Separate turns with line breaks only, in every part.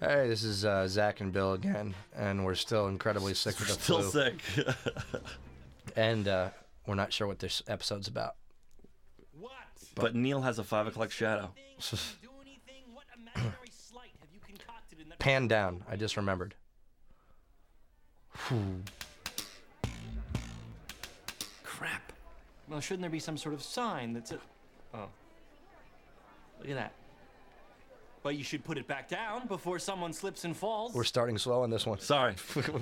Hey, this is uh, Zach and Bill again, and we're still incredibly sick with the
Still
flu,
sick.
and uh, we're not sure what this episode's about.
but Neil has a five o'clock shadow.
Pan down. I just remembered.
Crap.
Well, shouldn't there be some sort of sign that's a. Oh. Look at that. But you should put it back down before someone slips and falls.
We're starting slow on this one.
Sorry.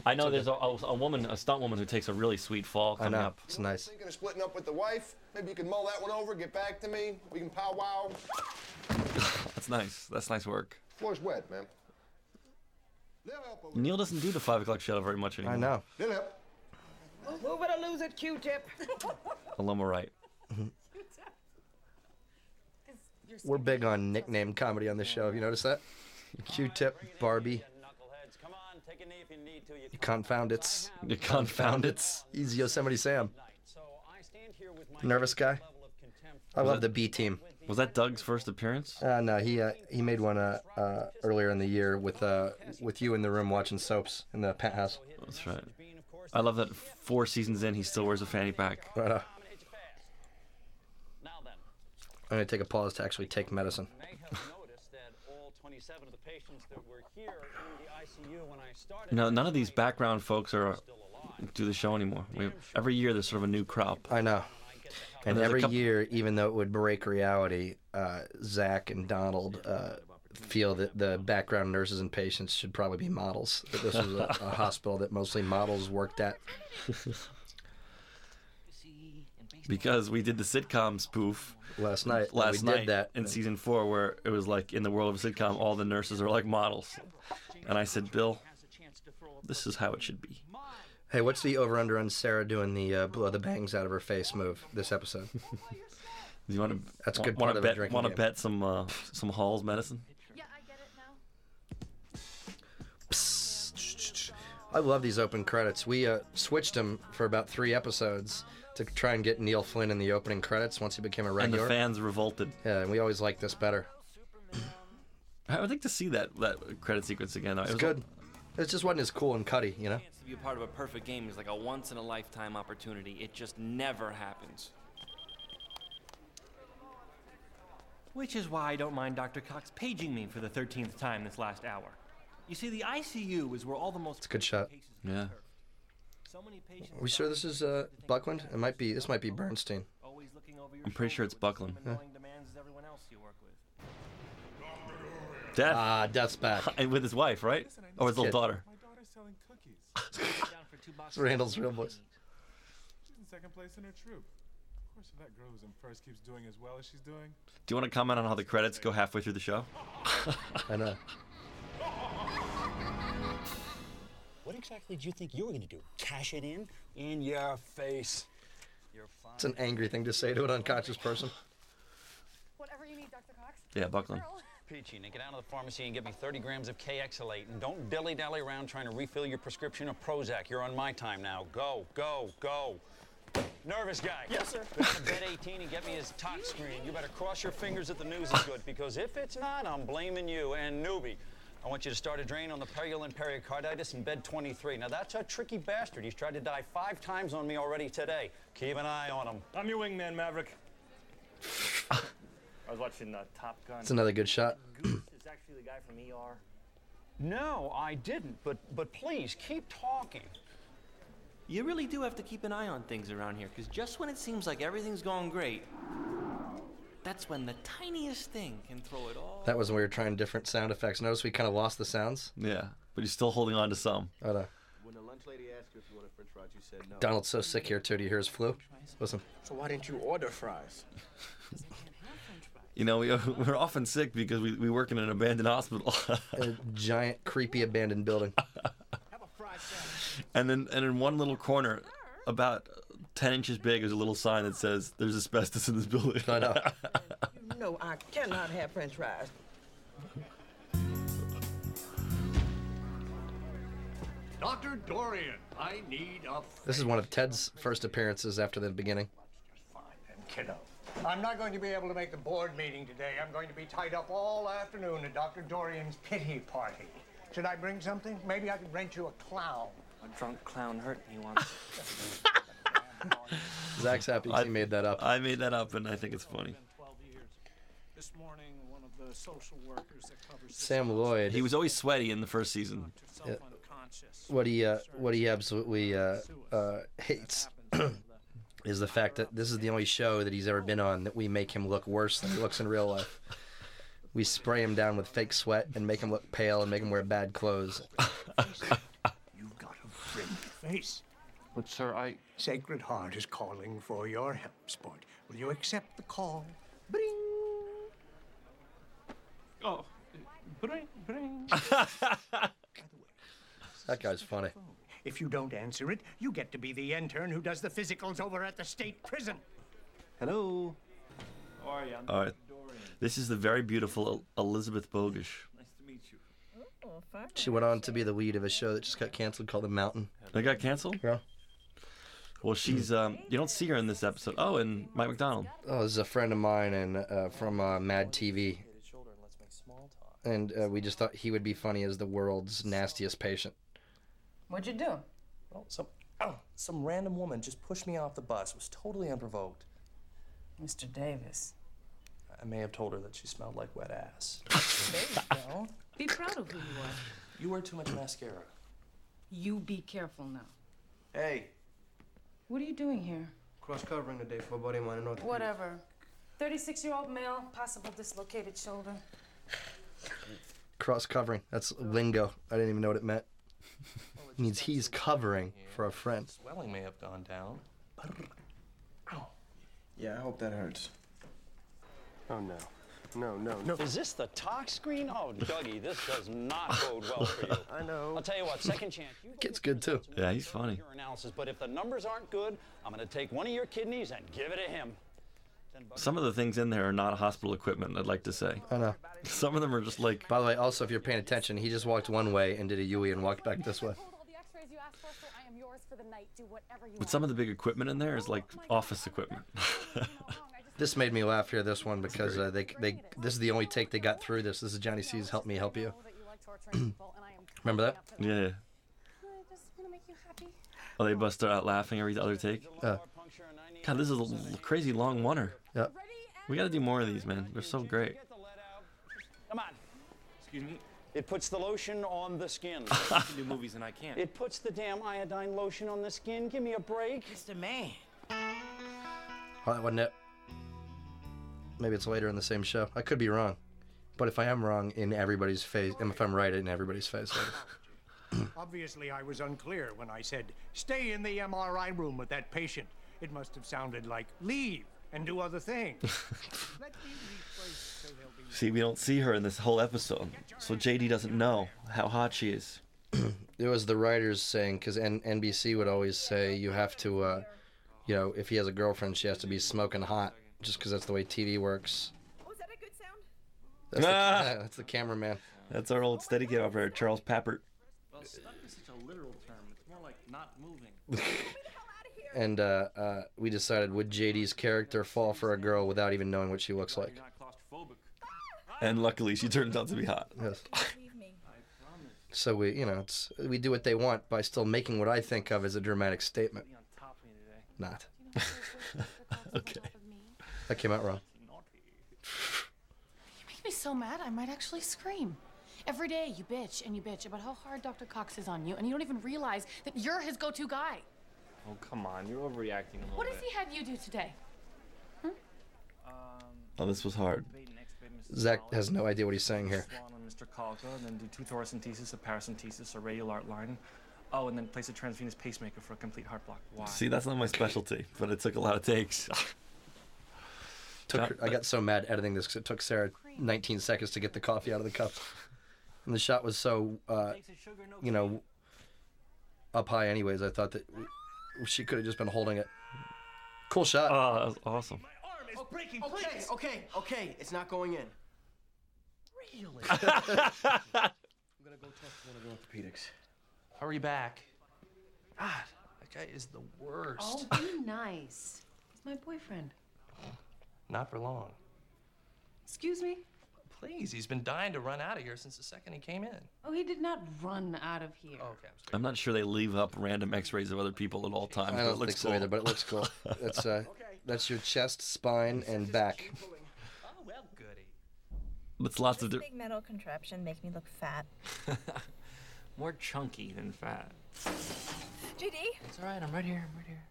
I know there's a, a, a woman, a stunt woman, who takes a really sweet fall
I
coming
know
up.
it's nice.
Thinking of splitting up with the wife. Maybe you can mull that one over, get back to me. We can powwow.
That's nice. That's nice work.
Floor's wet, man. They'll help. over-
Neil doesn't do the five o'clock shadow very much anymore.
I know.
They'll help.
Move it or lose it, Q-tip.
Aloma right.
We're big on nickname comedy on this show. Have you noticed that? Q-tip, Barbie, confound it's
You confound it's.
He's Yosemite Sam. Nervous guy. I love the B team.
Was that Doug's first appearance?
Uh, no, he uh, he made one uh, uh, earlier in the year with uh, with you in the room watching soaps in the penthouse.
That's right. I love that four seasons in, he still wears a fanny pack.
Right on. I'm gonna take a pause to actually take medicine.
No, none of these background folks are do the show anymore. We, every year there's sort of a new crop.
I know. And
there's a
every
couple-
year, even though it would break reality, uh, Zach and Donald uh, feel that the background nurses and patients should probably be models. That this was a, a hospital that mostly models worked at.
Because we did the sitcom spoof
Last night,
last
we
night
did that.
in season four where it was like in the world of a sitcom, all the nurses are like models. And I said, Bill, this is how it should be.
Hey, what's the over under on Sarah doing the uh, blow the bangs out of her face move this episode?
Do you want to?
That's a good part
want
of a
to bet.
drinking
Want to
game.
bet some uh, some Hall's medicine?
Yeah, I get it now.
Psst. I love these open credits. We uh, switched them for about three episodes to try and get Neil Flynn in the opening credits once he became a
And
regular.
the fans revolted.
yeah, and we always like this better.
I would like to see that that credit sequence again. It
It's
was
good. It just wasn't as cool and cutty, you know.
chance to be a part of a perfect game is like a once in a lifetime opportunity. It just never happens.
Which is why I don't mind Dr. Cox paging me for the 13th time this last hour. You see, the ICU is where all the most. It's
a good shot.
Cases
Yeah.
So many patients
Are we sure this is uh, Buckland? It might be. This might be Bernstein.
always looking over your
I'm pretty sure it's
shoulder with the
Buckland.
same annoying demands as everyone else you work with.
Death
Ah, Death's back.
and with his wife, right? Or his little
Kid.
daughter.
My daughter's selling cookies.
Down for two
It's
boxes.
Randall's real voice.
She's in second place in her troop. Of course, if that girl who's in first keeps doing as well as she's doing,
Do you want to comment on how the credits go halfway through the show?
I know.
What exactly do you think you were going to do? Cash it in? In your face.
It's an angry thing to say to an unconscious person.
Whatever you need, Dr. Cox.
Yeah, Buckland.
Girl.
Peachy, now get out of the pharmacy and get me 30 grams of KXLate and don't dilly dally around trying to refill your prescription of Prozac. You're on my time now. Go, go, go. Nervous guy. Yes, sir. Go to bed 18 and get me his top screen. You better cross your fingers that the news is good because if it's not, I'm blaming you and newbie. I want you to start a drain on the purulent pericarditis in bed 23. Now that's a tricky bastard. He's tried to die five times on me already today. Keep an eye on him.
I'm your wingman, Maverick. I was watching uh, Top Gun.
It's another good shot.
Goose is actually the guy from ER.
No, I didn't. But but please keep talking.
You really do have to keep an eye on things around here, because just when it seems like everything's going great, that's when the tiniest thing can throw it all.
That was when we were trying different sound effects. Notice we kind of lost the sounds.
Yeah. But he's still holding on to some.
I know.
When the lunch lady asked you if you wanted french fries, you said no.
Donald's so sick here too. Do you hear his flu? Listen.
So why didn't you order fries?
You know, we, we're often sick because we, we work in an abandoned hospital.
A giant, creepy, abandoned building.
and then and in one little corner, about 10 inches big, is a little sign that says, There's asbestos in this building.
I know.
You know I cannot have french fries.
Dr. Dorian, I need a
This is one of Ted's first appearances after the beginning.
fine, and kiddo.
I'm not going to be able to make the board meeting today. I'm going to be tied up all afternoon at Dr. Dorian's pity party. Should I bring something? Maybe I could rent you a clown.
A drunk clown hurt me once.
Zach's happy 'cause he made that up.
I made that up, and I think it's funny.
This morning, one of the social workers that covers this
Sam Lloyd.
He was always sweaty in the first season.
Uh, what he uh, what he absolutely uh, uh, hates is the fact that this is the only show that he's ever been on that we make him look worse than he looks in real life. We spray him down with fake sweat and make him look pale and make him wear bad clothes.
You've got a friendly face. But, sir, I. Sacred Heart is calling for your help, sport. Will you accept the call?
Oh, bring, bring.
that guy's funny.
If you don't answer it, you get to be the intern who does the physicals over at the state prison.
Hello.
How are you? I'm
All right. This is the very beautiful El- Elizabeth Bogish.
Nice to meet you.
She went on to be the lead of a show that just got canceled called The Mountain.
That got canceled?
Yeah.
Well, she's um, you don't see her in this episode. Oh, and Mike McDonald.
Oh, this is a friend of mine and uh, from uh, Mad TV, and uh, we just thought he would be funny as the world's nastiest patient.
What'd you do? Well, some oh, some random woman just pushed me off the bus. It was totally unprovoked. Mr. Davis. I may have told her that she smelled like wet ass.
There you go. Be proud of who you are.
You wear too much mascara.
You be careful now.
Hey.
What are you doing here?
Cross covering today for a buddy of mine in North.
Whatever. 36 year old male, possible dislocated shoulder.
Cross covering. That's lingo. I didn't even know what it meant. It means he's covering for a friend.
Swelling may have gone down.
Yeah, I hope that hurts.
Oh no. No, no, no. Is this the talk screen? Oh, Dougie, this does not bode well for you. I know. I'll tell you what, second chance. You
Kid's good too.
Yeah, he's funny.
your analysis, but if the numbers aren't good, I'm going to take one of your kidneys and give it to him.
Some of the things in there are not hospital equipment. I'd like to say.
I know.
Some of them are just like.
By the way, also if you're paying attention, he just walked one way and did a Yui and walked back this way.
All the x-rays you asked for, sir. I am yours for the night. Do whatever you
But
want. Oh,
some of the big equipment in there is like office equipment.
This made me laugh here. This one because uh, they they this is the only take they got through this. This is Johnny C's "Help Me Help You." Remember that?
yeah.
I just want to make you happy.
Oh, they bust out laughing every other take.
Uh,
God, this is a l- crazy long oneer.
Yeah.
We got to do more of these, man. They're so great.
Come on.
Excuse me.
It puts the lotion on the skin.
You can do movies and I can't.
it puts the damn iodine lotion on the skin. Give me a break. It's the man.
Oh, that wasn't it. Maybe it's later in the same show. I could be wrong, but if I am wrong in everybody's face, and if I'm right in everybody's face,
Obviously, I was unclear when I said, stay in the MRI room with that patient. It must have sounded like, leave and do other things. Let me rephrase so he'll be-
See, we don't see her in this whole episode, so JD doesn't know how hot she is.
it was the writers saying because N- NBC would always say you have to, uh, you know, if he has a girlfriend, she has to be smoking hot, just because that's the way TV works.
Oh,
Was that a good sound? That's, the, that's the cameraman.
That's our old Steadicam operator, Charles Papert.
Well, stuck is such a literal term. It's more like not moving.
And uh, uh, we decided would JD's character fall for a girl without even knowing what she looks like?
And luckily, she turns out to be hot.
Yes. So we, you know, it's we do what they want by still making what I think of as a dramatic statement. Not.
okay.
That came out wrong.
You make me so mad, I might actually scream. Every day you bitch and you bitch about how hard Dr. Cox is on you, and you don't even realize that you're his go to guy.
Oh, come on. You're overreacting a little
What
bit.
has he had you do today?
Oh, this was hard.
Zach has no idea what he's saying here.
Swan on Mr. Calca, then do two thoracentesis, a paracentesis, a radial art line. Oh, and then place a transvenous pacemaker for a complete heart block. Why?
See, that's not my specialty, but it took a lot of takes.
Took her, I got so mad editing this because it took Sarah 19 seconds to get the coffee out of the cup, and the shot was so, uh, you know, up high. Anyways, I thought that w- she could have just been holding it. Cool shot.
Oh, that was awesome.
breaking,
okay, okay, okay. It's not going in. Really? I'm gonna go talk to one of the orthopedics.
Hurry back.
God, that guy is the worst.
Oh, be nice. He's my boyfriend.
Not for long. Excuse me? Please, he's been dying to run out of here since the second he came in.
Oh, he did not run out of here.
Oh,
Okay.
I'm not sure they leave up random X-rays of other people at all times.
I
but
don't
it looks
think so
cool.
either, but it looks cool. That's uh, that's your chest, spine, and back.
It's lots of.
This
Di-
big metal contraption make me look fat.
More chunky than fat.
JD?
It's alright, I'm right here, I'm right here.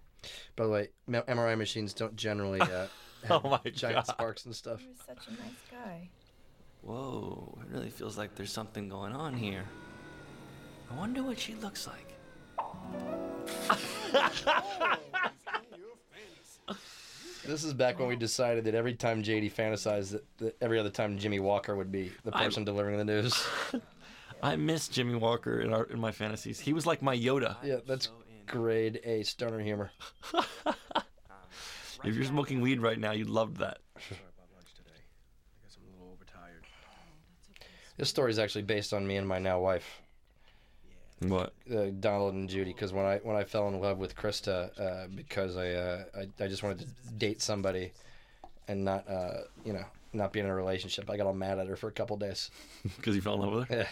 By the way, M- MRI machines don't generally uh,
Oh
have
my
giant
God.
sparks and stuff.
You're such a nice guy.
Whoa, it really feels like there's something going on here. I wonder what she looks like.
This is back when we decided that every time JD fantasized that, that every other time Jimmy Walker would be the
I-
person delivering the news.
I miss Jimmy Walker in our in my fantasies. He was like my Yoda.
yeah, that's grade A stoner humor.
If you're smoking weed right now, you'd love that.
guess I'm a little overtired.
This story is actually based on me and my now wife.
What?
Uh, Donald and Judy, because when I when I fell in love with Krista, uh, because I, uh, I I just wanted to date somebody, and not uh, you know not be in a relationship. I got all mad at her for a couple days.
Because you fell in love with her.
Yeah,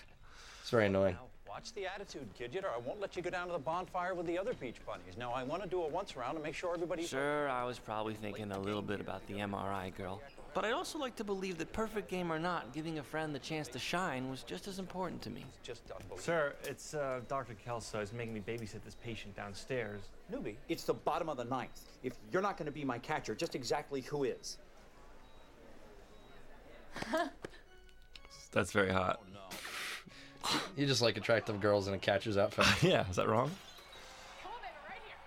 it's very annoying.
Watch the attitude, Gidget, or I won't let you go down to the bonfire with the other beach bunnies. Now, I want to do a once around and make sure everybody.
Sure, I was probably thinking a little bit about the MRI girl. But I'd also like to believe that perfect game or not, giving a friend the chance to shine was just as important to me.
Just
Sir, it's uh, Dr. Kelso is making me babysit this patient downstairs.
Newbie, it's the bottom of the ninth. If you're not going to be my catcher, just exactly who is?
That's very hot.
Oh,
You just like attractive girls in a catcher's outfit.
yeah, is that wrong?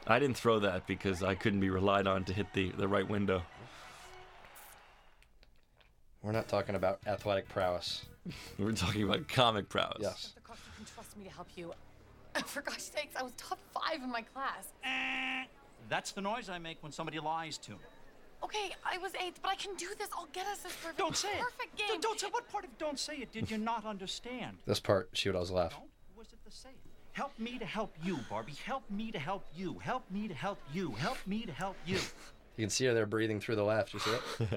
I didn't throw that because I couldn't be relied on to hit the, the right window.
We're not talking about athletic prowess.
We were talking about comic prowess.
Yes.
You can trust me to help you. For gosh sakes, I was top five in my class.
That's the noise I make when somebody lies to me.
Okay, I was eighth, but I can do this. I'll get us this perfect.
Don't say it.
perfect game.
Don't- Don't say what part of don't say it did you not understand?
This part, she would always laugh.
Was it the same? Help me to help you, Barbie. Help me to help you. Help me to help you. Help me to help you.
You can see her there breathing through the laugh. You see it?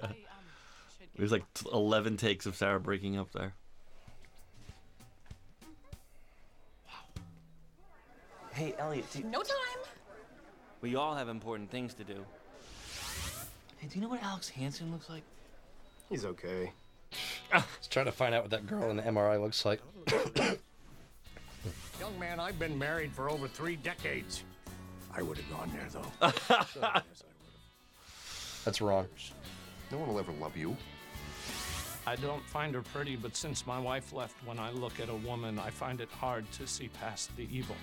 There's like t- 11 takes of Sarah breaking up there.
Hey, Elliot, do you,
No time.
we all have important things to do. Hey, do you know what Alex Hansen looks like?
He's okay. Just trying to find out what that girl in the MRI looks like.
Young man, I've been married for over three decades. I would have gone there, though.
That's wrong.
No one will ever love you.
I don't find her pretty, but since my wife left, when I look at a woman, I find it hard to see past the evil.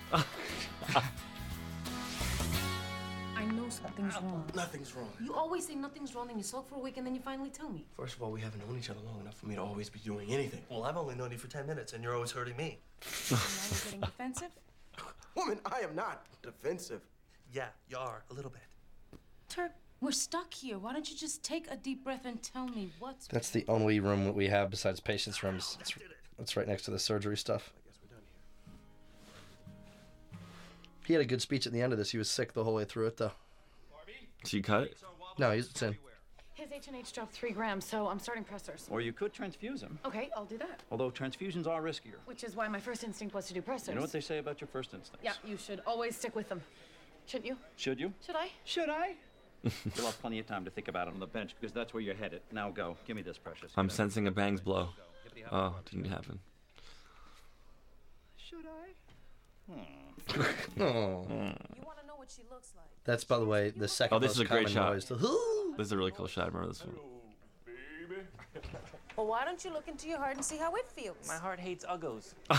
I know something's wrong.
Nothing's wrong.
You always say nothing's wrong, and you sulk for a week, and then you finally tell me.
First of all, we haven't known each other long enough for me to always be doing anything. Well, I've only known you for 10 minutes, and you're always hurting me.
You're getting defensive?
Woman, I am not defensive. Yeah, you are, a little bit.
Turk, we're stuck here. Why don't you just take a deep breath and tell me what's
That's the only room that we have besides patients' rooms. It's, it's right next to the surgery stuff. He had a good speech at the end of this. He was sick the whole way through it, though.
So you cut it?
No, he's it's in.
His H&H dropped three grams, so I'm starting pressers.
Or you could transfuse him,
Okay, I'll do that.
although transfusions are riskier.
Which is why my first instinct was to do pressers.
You know what they say about your first instinct?
Yeah, you should always stick with them. Shouldn't you?
Should you?
Should I?
Should I? You'll have plenty of time to think about it on the bench because that's where you're headed. Now go. Give me this, precious.
Um,
I'm sensing a bangs blow. Oh, didn't happen.
Should I?
Oh.
want to know what she looks like.
That's, by the way, the second
Oh, this
most
is a great
common noise.
shot. This is a really cool shot. I remember this one.
Well, why don't you look into your heart and see how it feels?
My heart hates Uggos.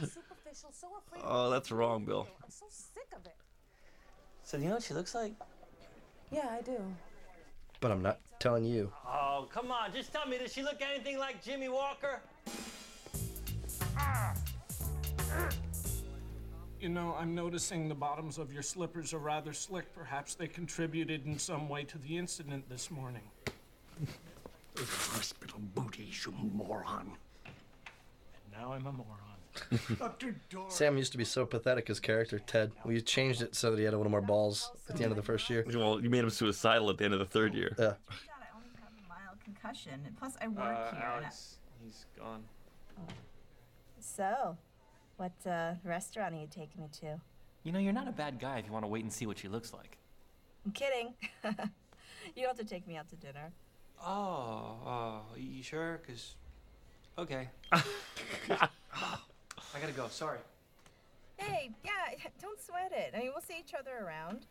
Superficial, so afraid.
Uh.
Oh, that's wrong, Bill.
I'm so sick of it.
So do you know what she looks like?
Yeah, I do.
But I'm not telling you.
Oh, come on, just tell me, does she look anything like Jimmy Walker?
You know, I'm noticing the bottoms of your slippers are rather slick. Perhaps they contributed in some way to the incident this morning.
Hospital booties, you moron. And now I'm a moron.
Sam used to be so pathetic as character Ted. We changed it so that he had a little more balls at the end of the first year.
Well, you made him suicidal at the end of the third year.
Yeah.
Mild concussion. And plus, I work
Uh,
here. and I-
Alex, he's gone.
So, what uh, restaurant are you taking me to?
You know, you're not a bad guy if you want to wait and see what she looks like.
I'm kidding. you don't have to take me out to dinner.
Oh, oh, you sure? Cause, okay. I gotta go. Sorry.
Hey, yeah, don't sweat it. I mean, we'll see each other around.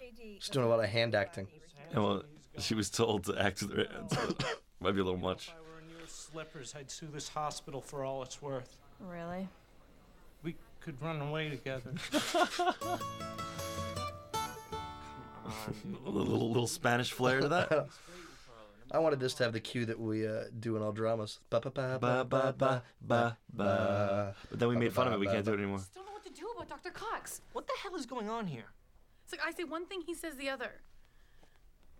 JD.
She's doing a lot of hand acting.
And well, she was told to act. with her hands, so Might be a little much.
We're in your slippers. I'd sue this hospital for all it's worth.
Really?
We could run away together.
A little, little Spanish flair to that.
I wanted this to have the cue that we uh, do in all dramas. Ba ba ba Uh,
Ba, ba, ba, ba, ba. But then we made fun of it. We can't do it anymore.
Don't know what to do about Dr. Cox.
What the hell is going on here?
It's like I say one thing, he says the other.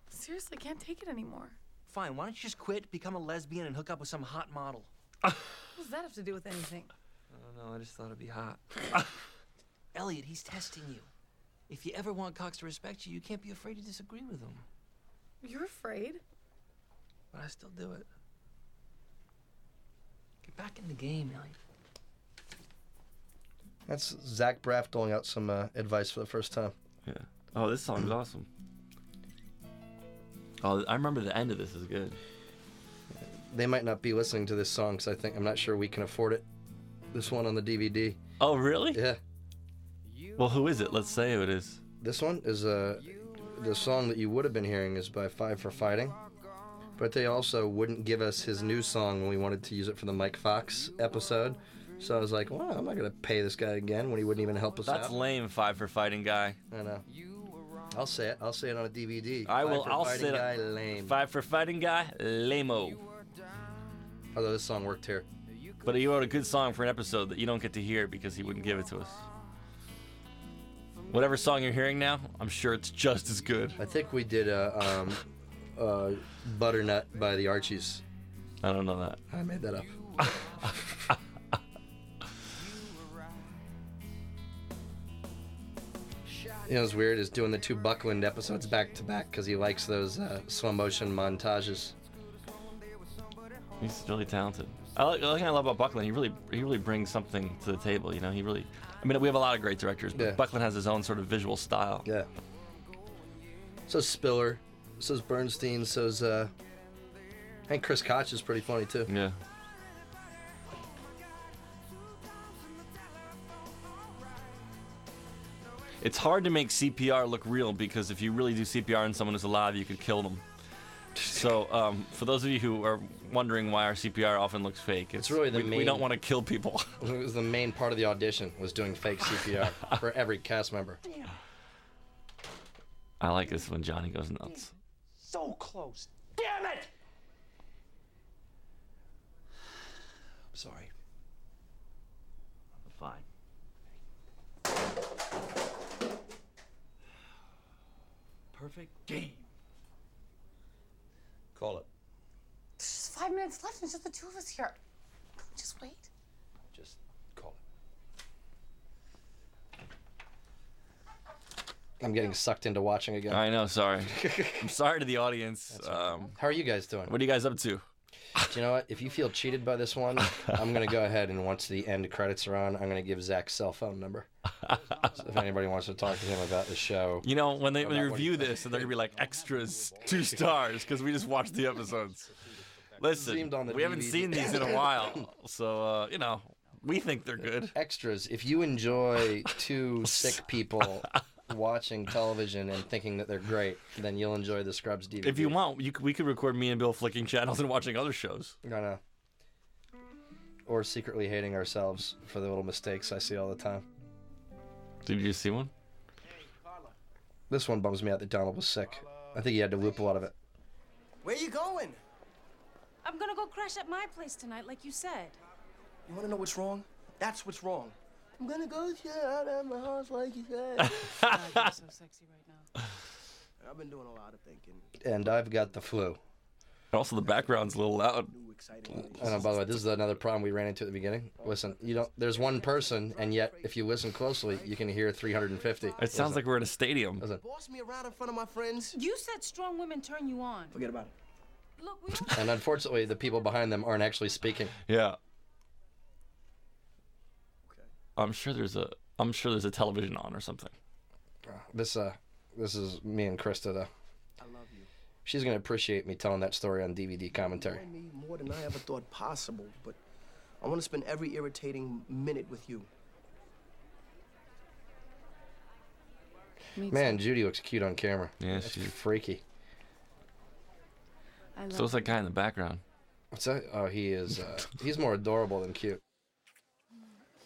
Seriously, I can't take it anymore.
Fine. Why don't you just quit, become a lesbian, and hook up with some hot model?
What does that have to do with anything?
I don't know. I just thought it'd be hot. Elliot, he's testing you. If you ever want Cox to respect you, you can't be afraid to disagree with him.
You're afraid?
But I still do it. Get back in the game, Elliot.
That's Zach Braff doling out some uh, advice for the first time.
Yeah. Oh, this song's awesome. Oh, I remember the end of this is good.
They might not be listening to this song because I think I'm not sure we can afford it. This one on the DVD.
Oh, really?
Yeah.
Well, who is it? Let's say who it is.
This one is uh, the song that you would have been hearing is by Five for Fighting, but they also wouldn't give us his new song when we wanted to use it for the Mike Fox episode. So I was like, well, I'm not gonna pay this guy again when he wouldn't even help us
That's
out.
lame, five for fighting guy.
I know. I'll say it. I'll say it on a DVD.
I
Five
will.
for
I'll
Fighting
say
guy,
that.
lame.
Five for fighting guy, lameo.
Although this song worked here.
But he wrote a good song for an episode that you don't get to hear because he wouldn't give it to us. Whatever song you're hearing now, I'm sure it's just as good.
I think we did a um, uh, butternut by the Archies.
I don't know that.
I made that up. you know what's weird is doing the two Buckland episodes back to back because he likes those uh, slow motion montages.
He's really talented. I like, the thing I love about Buckland. He really, he really brings something to the table. You know, he really. I mean, we have a lot of great directors, but
Yeah.
Buckland has his own sort of visual style.
Yeah. So Spiller, so's Bernstein, so's uh, and Chris Koch is pretty funny too.
Yeah. It's hard to make CPR look real because if you really do CPR on someone who's alive, you could kill them. So, um, for those of you who are wondering why our CPR often looks fake, it's,
really the
we, we don't
main-
want to kill people.
It was the main part of the audition was doing fake CPR for every cast member.
I like this when Johnny goes nuts.
So close. Damn it!
I'm sorry.
Fine.
Perfect game.
Call it.
There's five minutes left and it's just the two of us here. Can we just wait?
Just call
I'm getting sucked into watching again.
I know. Sorry. I'm sorry to the audience. Um,
How are you guys doing?
What are you guys up to?
Do you know what? If you feel cheated by this one, I'm gonna go ahead and once the end credits are on, I'm gonna give Zach's cell phone number. So if anybody wants to talk to him about the show,
You know, when they, when they
About what-
review this, and they're gonna be like extras, two stars, because we just watched the episodes. Listen,
Seemed on the
we haven't
DVD.
seen these in a while, so uh, you know, we think they're good.
extras. If you enjoy two sick people watching television and thinking that they're great, then you'll enjoy the Scrubs DVD.
If you want, you, c- we could record me and Bill flicking channels and watching other shows.
I know. Or secretly hating ourselves for the little mistakes I see all the time.
Did you see one?
This one bums me out that Donald was sick. I think he had to loop a lot of it.
Where you going?
I'm gonna go crash at my place tonight, like you said.
You wanna know what's wrong? That's what's wrong. I'm gonna go shit out at my house like you said.
God,
I've been doing a lot of thinking.
And I've got the flu.
Also, the background's a little loud.
I don't know, by the way, this is another problem we ran into at the beginning. Listen, you don't. There's one person, and yet if you listen closely, you can hear 350.
It sounds like we're in a stadium.
Listen,
Boss me around in front of my friends.
You said strong women turn you on.
Forget about it.
Look, we all
and unfortunately, the people behind them aren't actually speaking.
Yeah. I'm sure there's a. I'm sure there's a television on or something.
This uh, this is me and Krista though.
I love you.
She's gonna appreciate me telling that story on DVD commentary.
I need more than I ever thought possible, but I want to spend every irritating minute with you.
Man, Judy looks cute on camera.
Yeah,
That's freaky.
I
So it's that guy in the background.
What's that? Oh, he is. Uh, he's more adorable than cute.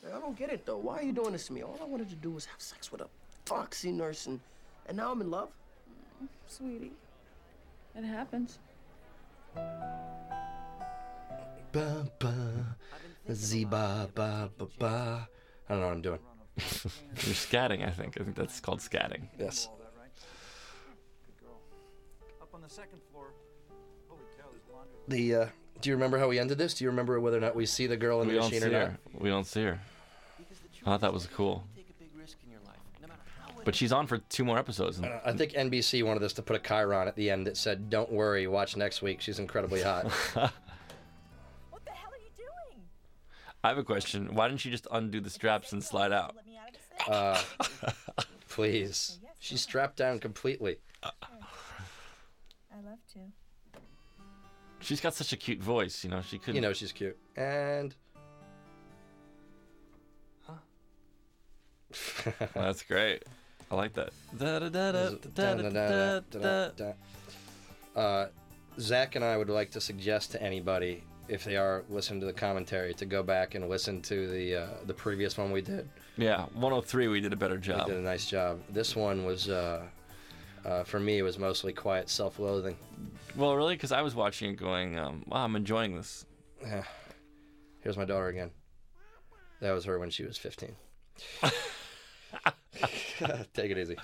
I don't get it though. Why are you doing this to me? All I wanted to do was have sex with a foxy nurse, and, and now I'm in love.
Sweetie, it happens.
Ba ba, z ba ba ba ba. I don't know what I'm doing.
You're scatting, I think. I think that's called scatting.
Yes.
Up on the second floor. Holy cow, there's laundry.
The. Uh, do you remember how we ended this? Do you remember whether or not we see the girl in
we
the
don't
machine
see
or not?
her. We don't see her. I thought that was cool. But she's on for two more episodes. And
Uh, I think NBC wanted us to put a Chiron at the end that said, "Don't worry, watch next week. She's incredibly hot."
I have a question. Why didn't she just undo the straps and slide out?
Uh, please, she's strapped down completely.
I love to.
She's got such a cute voice, you know. She could.
You know she's cute. And
That's great. I like that.
Uh, Zach and I would like to suggest to anybody, if they are listening to the commentary, to go back and listen to the uh, the previous one we did.
Yeah, 103. We did a better job.
We did a nice job. This one was, uh, uh, for me, it was mostly quiet self-loathing.
Well, really, because I was watching it, going, um, "Wow, I'm enjoying this."
Yeah. Here's my daughter again. That was her when she was 15. Take it easy.